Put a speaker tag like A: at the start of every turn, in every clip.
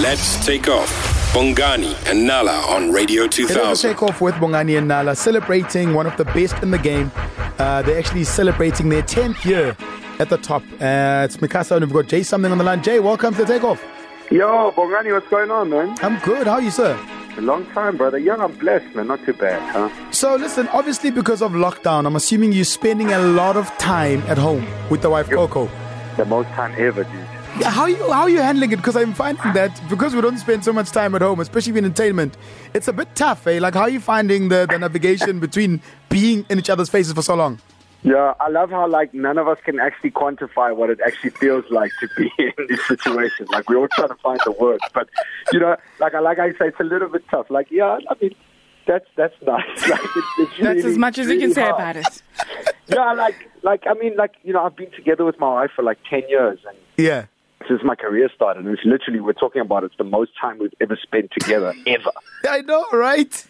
A: Let's take off. Bongani and Nala on Radio
B: It was a
A: 2000.
B: takeoff with Bongani and Nala celebrating one of the best in the game. Uh, they're actually celebrating their 10th year at the top. Uh, it's Mikasa, and we've got Jay something on the line. Jay, welcome to the takeoff.
C: Yo, Bongani, what's going on, man?
B: I'm good. How are you, sir?
C: A long time, brother. Yeah, I'm blessed, man. Not too bad, huh?
B: So, listen, obviously, because of lockdown, I'm assuming you're spending a lot of time at home with the wife, Coco.
C: The most time ever, dude.
B: How are you, how are you handling it? Because I'm finding that because we don't spend so much time at home, especially in entertainment, it's a bit tough, eh? Like, how are you finding the, the navigation between being in each other's faces for so long?
C: Yeah, I love how like none of us can actually quantify what it actually feels like to be in this situation. Like we're all trying to find the words, but you know, like I like I say, it's a little bit tough. Like, yeah, I mean, that's that's nice. Like, it's, it's
D: That's
C: really,
D: as much as you can
C: really
D: say
C: hard.
D: about it.
C: Yeah, like like I mean, like you know, I've been together with my wife for like ten years, and
B: Yeah.
C: since my career started, and it's literally we're talking about it's the most time we've ever spent together ever.
B: I know, right?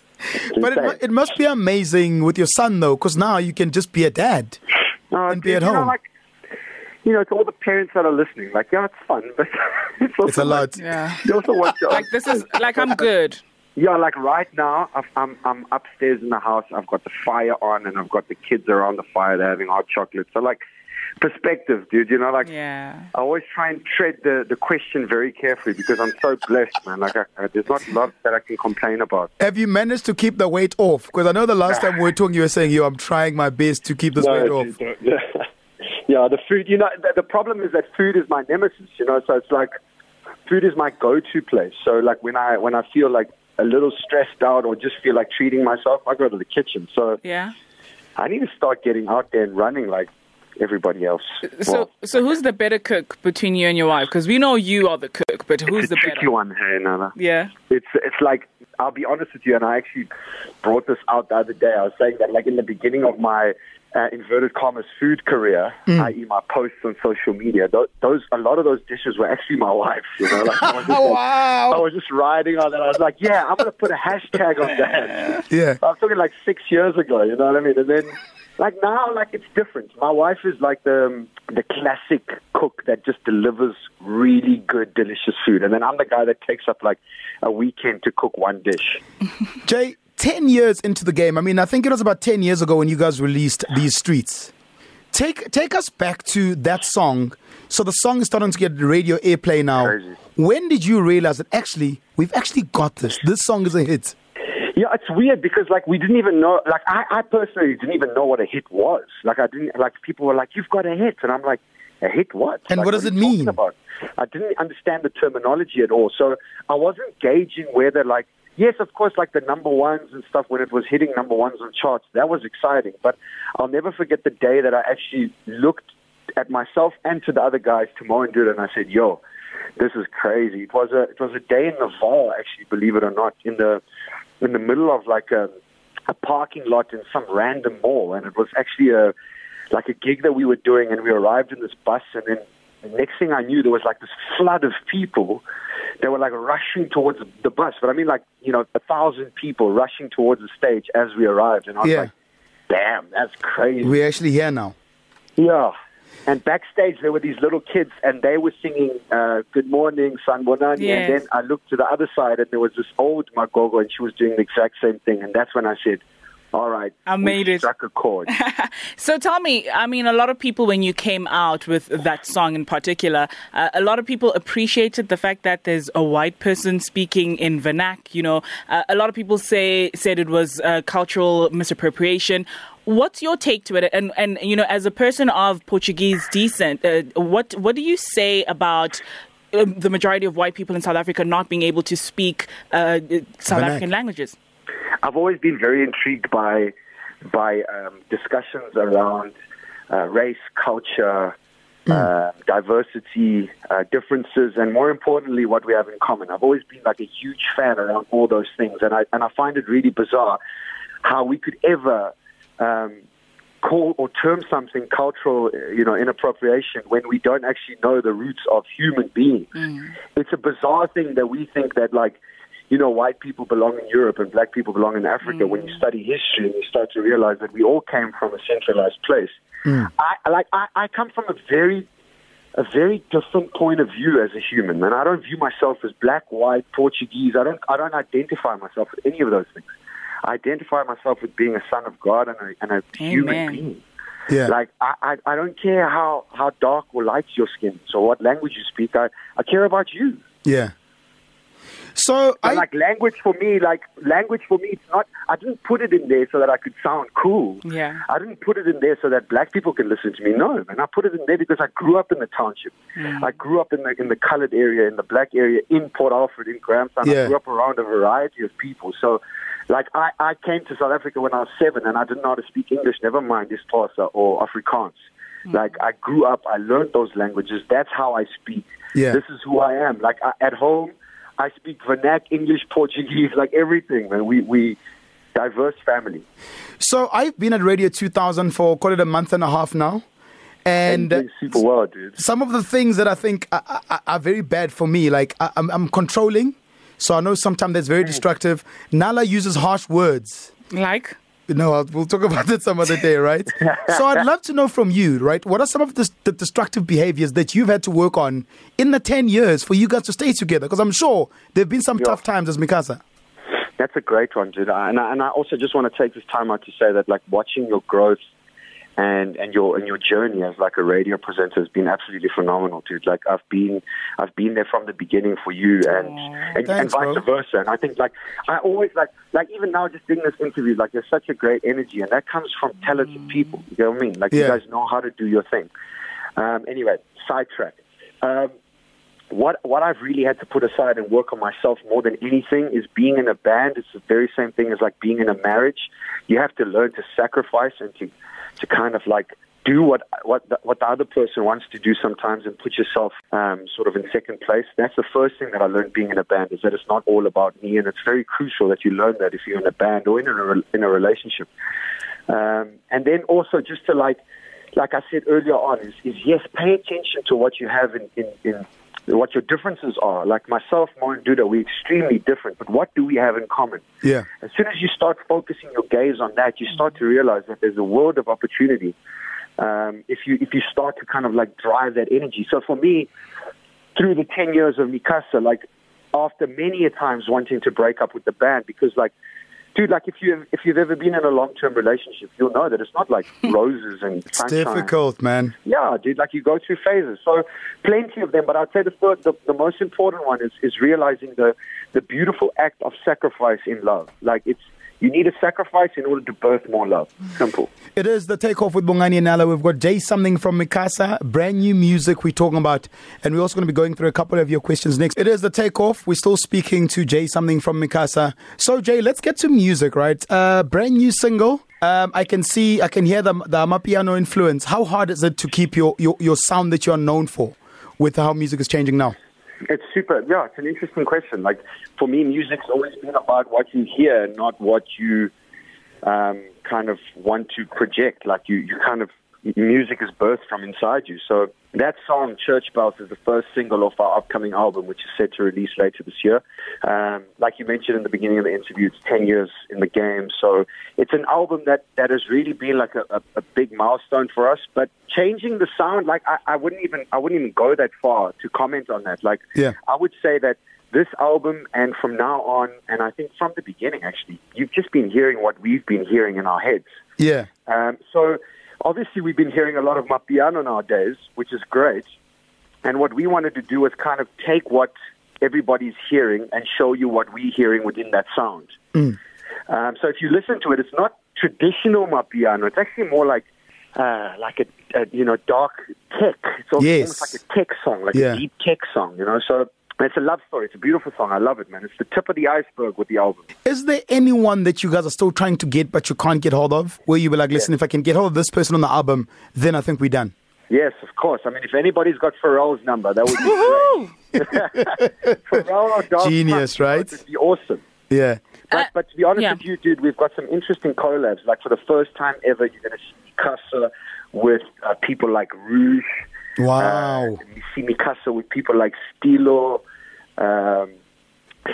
B: But it, mu-
C: insane.
B: it must be amazing with your son, though, because now you can just be a dad.
C: No,
B: and be
C: Oh, dude,
B: at
C: you know,
B: home.
C: like, you know, to all the parents that are listening, like, yeah, it's fun, but it's, also
B: It's a
C: like-
B: lot.
D: Yeah.
C: you also want your
D: Like this is like I'm good.
C: yeah. Like right now, I've, I'm I'm upstairs in the house. I've got the fire on, and I've got the kids around the fire. They're having hot chocolate. So like, perspective, dude. You know, like.
D: Yeah.
C: I always try and tread the, the question very carefully because I'm so blessed, man. Like, I, I, there's not a lot that I can complain about.
B: Have you managed to keep the weight off? Because I know the last time we were talking, you were saying, "Yo, I'm trying my best to keep this weight
C: No,
B: off."
C: dude, don't- Yeah. yeah, the food. You know, the, the problem is that food is my nemesis. You know, so it's like food is my go-to place. So like when I when I feel like a little stressed out or just feel like treating myself, I go to the kitchen. So
D: Yeah.
C: I need to start getting out there and running like everybody else.
D: So
C: Well,
D: so who's the better cook between you and your wife? Because we know you are the cook, but who's
C: it's a
D: the
C: tricky
D: better?
C: one, hey, Nana.
D: Yeah.
C: It's it's like I'll be honest with you, and I actually brought this out the other day. I was saying that like in the beginning of my uh, inverted commas food career, i.e., my posts on social media, tho- those a lot of those dishes were actually my wife's. You know, like I was just,
B: Wow.
C: I was just riding on that. I was like, yeah, I'm gonna put a hashtag on that.
B: Yeah.
C: I was talking like six years ago. You know what I mean? And then. Like now, like it's different. My wife is like the um, the classic cook that just delivers really good, delicious food, and then I'm the guy that takes up like a weekend to cook one dish.
B: Jay, ten years into the game. I mean, I think it was about ten years ago when you guys released these streets. Take take us back to that song. So the song is starting to get radio airplay now.
C: Crazy.
B: When did you realize that actually we've actually got this? This song is a hit.
C: Yeah, it's weird because like we didn't even know. Like I, I personally didn't even know what a hit was. Like I didn't. Like people were like, "You've got a hit," and I'm like, "A hit what?"
B: And
C: Like,
B: what does
C: are
B: it
C: you talking
B: mean?
C: About? I didn't understand the terminology at all, so I wasn't gauging whether like. Yes, of course, like the number ones and stuff, when it was hitting number ones on charts, that was exciting. But I'll never forget the day that I actually looked at myself and to the other guys, Timon and Dude, and I said, yo, this is crazy. It was a it was a day in Naval, actually, believe it or not, in the in the middle of like um, a, a parking lot in some random mall, and it was actually a like a gig that we were doing, and we arrived in this bus, and then the next thing I knew, there was like this flood of people that were like rushing towards the bus. But I mean, like you know, a thousand people rushing towards the stage as we arrived, and I was
B: Yeah.
C: like, damn, that's crazy.
B: We're actually here now.
C: Yeah. And backstage, there were these little kids, and they were singing uh, "Good Morning, San Bonani."
D: Yes.
C: And then I looked to the other side, and there was this old Magogo, and she was doing the exact same thing. And that's when I said, "All right,
D: I
C: we
D: made it."
C: Struck a chord.
D: So tell me, I mean, a lot of people, when you came out with that song in particular, uh, a lot of people appreciated the fact that there's a white person speaking in vernac. You know, uh, a lot of people say said it was uh, cultural misappropriation. What's your take to it? And and you know, as a person of Portuguese descent, uh, what what do you say about? um, The majority of white people in South Africa not being able to speak uh, South
B: Vernac.
D: African languages.
C: I've always been very intrigued by by um, discussions around uh, race, culture, uh, diversity, uh, differences, and more importantly, what we have in common. I've always been like a huge fan around all those things, and I and I find it really bizarre how we could ever um, call or term something cultural, uh, you know, inappropriation when we don't actually know the roots of human beings. It's a bizarre thing that we think that like, you know, white people belong in Europe and black people belong in Africa. When you study history and you start to realize that we all came from a centralized place. I like I, I come from a very a very different point of view as a human. And I don't view myself as black, white, Portuguese. I don't, I don't identify myself with any of those things. I identify myself with being a son of God and a, and a human
D: Amen.
C: being.
B: Yeah.
C: Like I, I, I don't care how, how dark or light your skin is or what language you speak. I, I care about you.
B: yeah. So
C: But
B: I
C: like language for me, like language for me, it's not. I didn't put it in there so that I could sound cool.
D: Yeah.
C: I didn't put it in there so that black people can listen to me. No, and I put it in there because I grew up in the township. I grew up in the in the coloured area, in the black area, in Port Alfred, in Grahamstown.
B: Yeah.
C: I grew up around a variety of people. So, like, I I came to South Africa when I was seven, and I didn't know how to speak English. Never mind Isxhosa or Afrikaans. Like I grew up, I learned those languages. That's how I speak.
B: Yeah.
C: This is who I am. Like I, at home, I speak vernac, English, Portuguese, like everything. Man, we we diverse family.
B: so I've been at Radio 2000 for call it a month and a half now, and. uh,
C: doing super well, dude.
B: some of the things that I think are, are, are very bad for me, like I, I'm, I'm controlling, so I know sometimes that's
C: Mm.
B: very destructive. Nala uses harsh words.
D: Like,
B: No, I'll, we'll talk about that some other day, right? so I'd love to know from you, right? What are some of the, the destructive behaviors that you've had to work on in the 10 years for you guys to stay together? Because I'm sure there have been some
C: Yeah.
B: tough times as Mikasa.
C: That's a great one, dude. I- And I, and I also just want to take this time out to say that, like, watching your growth and and your and your journey as like a radio presenter has been absolutely phenomenal, dude. Like, I've been I've been there from the beginning for you, and and, and
B: Thanks,
C: vice
B: bro.
C: versa. And I think, like, I always like like even now just doing this interview, like, there's such a great energy, and that comes from talented people. You know what I mean? Like, you
B: Yeah.
C: guys know how to do your thing. Um, anyway, sidetrack. Um, what what I've really had to put aside and work on myself more than anything is being in a band. It's the very same thing as like being in a marriage. You have to learn to sacrifice and to to kind of like do what what the, what the other person wants to do sometimes and put yourself um, sort of in second place. That's the first thing that I learned being in a band is that it's not all about me, and it's very crucial that you learn that if you're in a band or in a re- in a relationship. Um, and then also just to like, like I said earlier on, is, is yes, pay attention to what you have in, in, in what your differences are. Like myself, Mo and Duda, we're extremely different, but what do we have in common?
B: Yeah.
C: As soon as you start focusing your gaze on that, you start to realize that there's a world of opportunity. Um, if you if you start to kind of like drive that energy. So for me, through the 10 years of Mikasa, like after many a times wanting to break up with the band because like dude like if you if you've ever been in a long-term relationship you'll know that it's not like roses and
B: It's
C: sunshine.
B: difficult, man.
C: yeah dude like you go through phases so plenty of them but i'd say the first, the, the most important one is is realizing the the beautiful act of sacrifice in love like it's you need a sacrifice in order to birth more love simple
B: It is the takeoff with Bongani and Nala. We've got Jay Something from Mikasa, brand new music we're talking about. And we're also going to be going through a couple of your questions next. It is the takeoff. We're still speaking to Jay Something from Mikasa. So, Jay, let's get to music, right? Uh, brand new single. Um, I can see, I can hear the, the Amapiano influence. How hard is it to keep your, your, your sound that you are known for with how music is changing now?
C: It's super. Yeah, it's an interesting question. Like for me, music's always been about what you hear, not what you um, kind of want to project. Like you, you kind of music is birthed from inside you. So that song, Church Bells, is the first single off our upcoming album, which is set to release later this year. Um, like you mentioned in the beginning of the interview, it's 10 years in the game. So it's an album that, that has really been like a, a, a big milestone for us. But changing the sound, like I, I wouldn't even, I wouldn't even go that far to comment on that. Like
B: Yeah.
C: I would say that this album and from now on, and I think from the beginning actually, you've just been hearing what we've been hearing in our heads.
B: Yeah.
C: Um, so obviously we've been hearing a lot of Mapiano nowadays, which is great. And what we wanted to do was kind of take what everybody's hearing and show you what we're hearing within that sound.
B: Mm.
C: Um, so if you listen to it, it's not traditional Mapiano. It's actually more like uh, like a, a you know dark tech. It's almost
B: Yes.
C: like a tech song, like
B: Yeah.
C: a deep tech song. You know, so it's a love story. It's a beautiful song. I love it, man. It's the tip of the iceberg with the album.
B: Is there anyone that you guys are still trying to get but you can't get hold of? Where you were like, listen, if I can get hold of this person on the album, then I think we're done.
C: Yes, of course. I mean, if anybody's got Pharrell's number, that would be great. Pharrell or Daft
B: Genius,
C: Punk,
B: right?
C: That would be awesome.
B: Yeah.
C: But,
D: Uh,
C: but to be honest
D: yeah.
C: with you, dude, we've got some interesting collabs. Like for the first time ever, you're going to see Mikasa with uh, people like Rouge.
B: Wow.
C: Uh, you see Mikasa with people like Stilo. Um,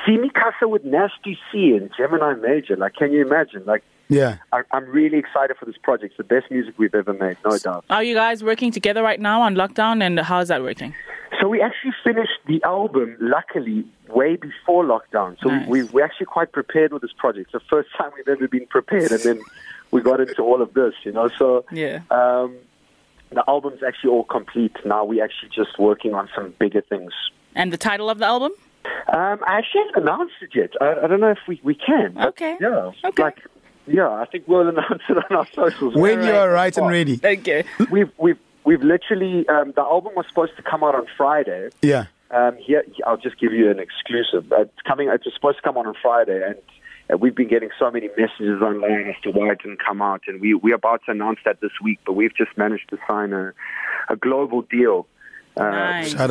C: see Mikasa with Nasty C and Gemini Major. Like, can you imagine? Like,
B: Yeah.
C: I, I'm really excited for this project. It's the best music we've ever made, no doubt.
D: Are you guys working together right now on lockdown, and how's that working?
C: So we actually finished the album, luckily, way before lockdown. So
D: Nice.
C: we, we, we're actually quite prepared with this project. It's the first time we've ever been prepared, and then we got into all of this, you know. So
D: Yeah.
C: um, the album's actually all complete now. We're actually just working on some bigger things.
D: And the title of the album?
C: Um, I actually haven't announced it yet. I, I don't know if we, we can. but
D: Okay.
C: Yeah.
D: Okay.
C: Like, yeah, I think we'll announce it on our socials.
B: When you are right and
C: Well,
B: ready.
D: Okay.
C: We've, we've, we've literally, um, the album was supposed to come out on Friday.
B: Yeah.
C: Um, here, I'll just give you an exclusive. Uh, It's coming. It was supposed to come on on Friday, and uh, we've been getting so many messages online as to why it didn't come out. And we we're about to announce that this week, but we've just managed to sign a a global deal. Uh,
D: Nice.
B: Shout out,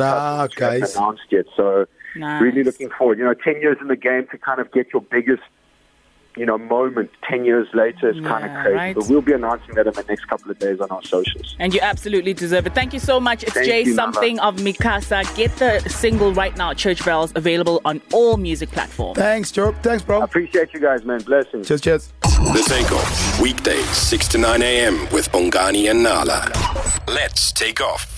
C: we haven't
B: guys.
C: Announced yet, so
D: Nice.
C: really looking forward. You know, ten years in the game to kind of get your biggest. You know, moment ten years later is kind
D: Yeah,
C: of crazy,
D: right.
C: but we'll be announcing that in the next couple of days on our socials.
D: And you absolutely deserve it. Thank you so much. It's
C: Thank
D: Jay
C: you, Nana.
D: Something of Mikasa. Get the single right now, Church Bells, available on all music platforms.
B: Thanks, Joe. Thanks,
C: I
B: bro.
C: appreciate you guys, man. Blessings.
B: Cheers, cheers.
A: The Takeoff, weekdays 6 to 9 a.m. with Bongani and Nala. Let's take off.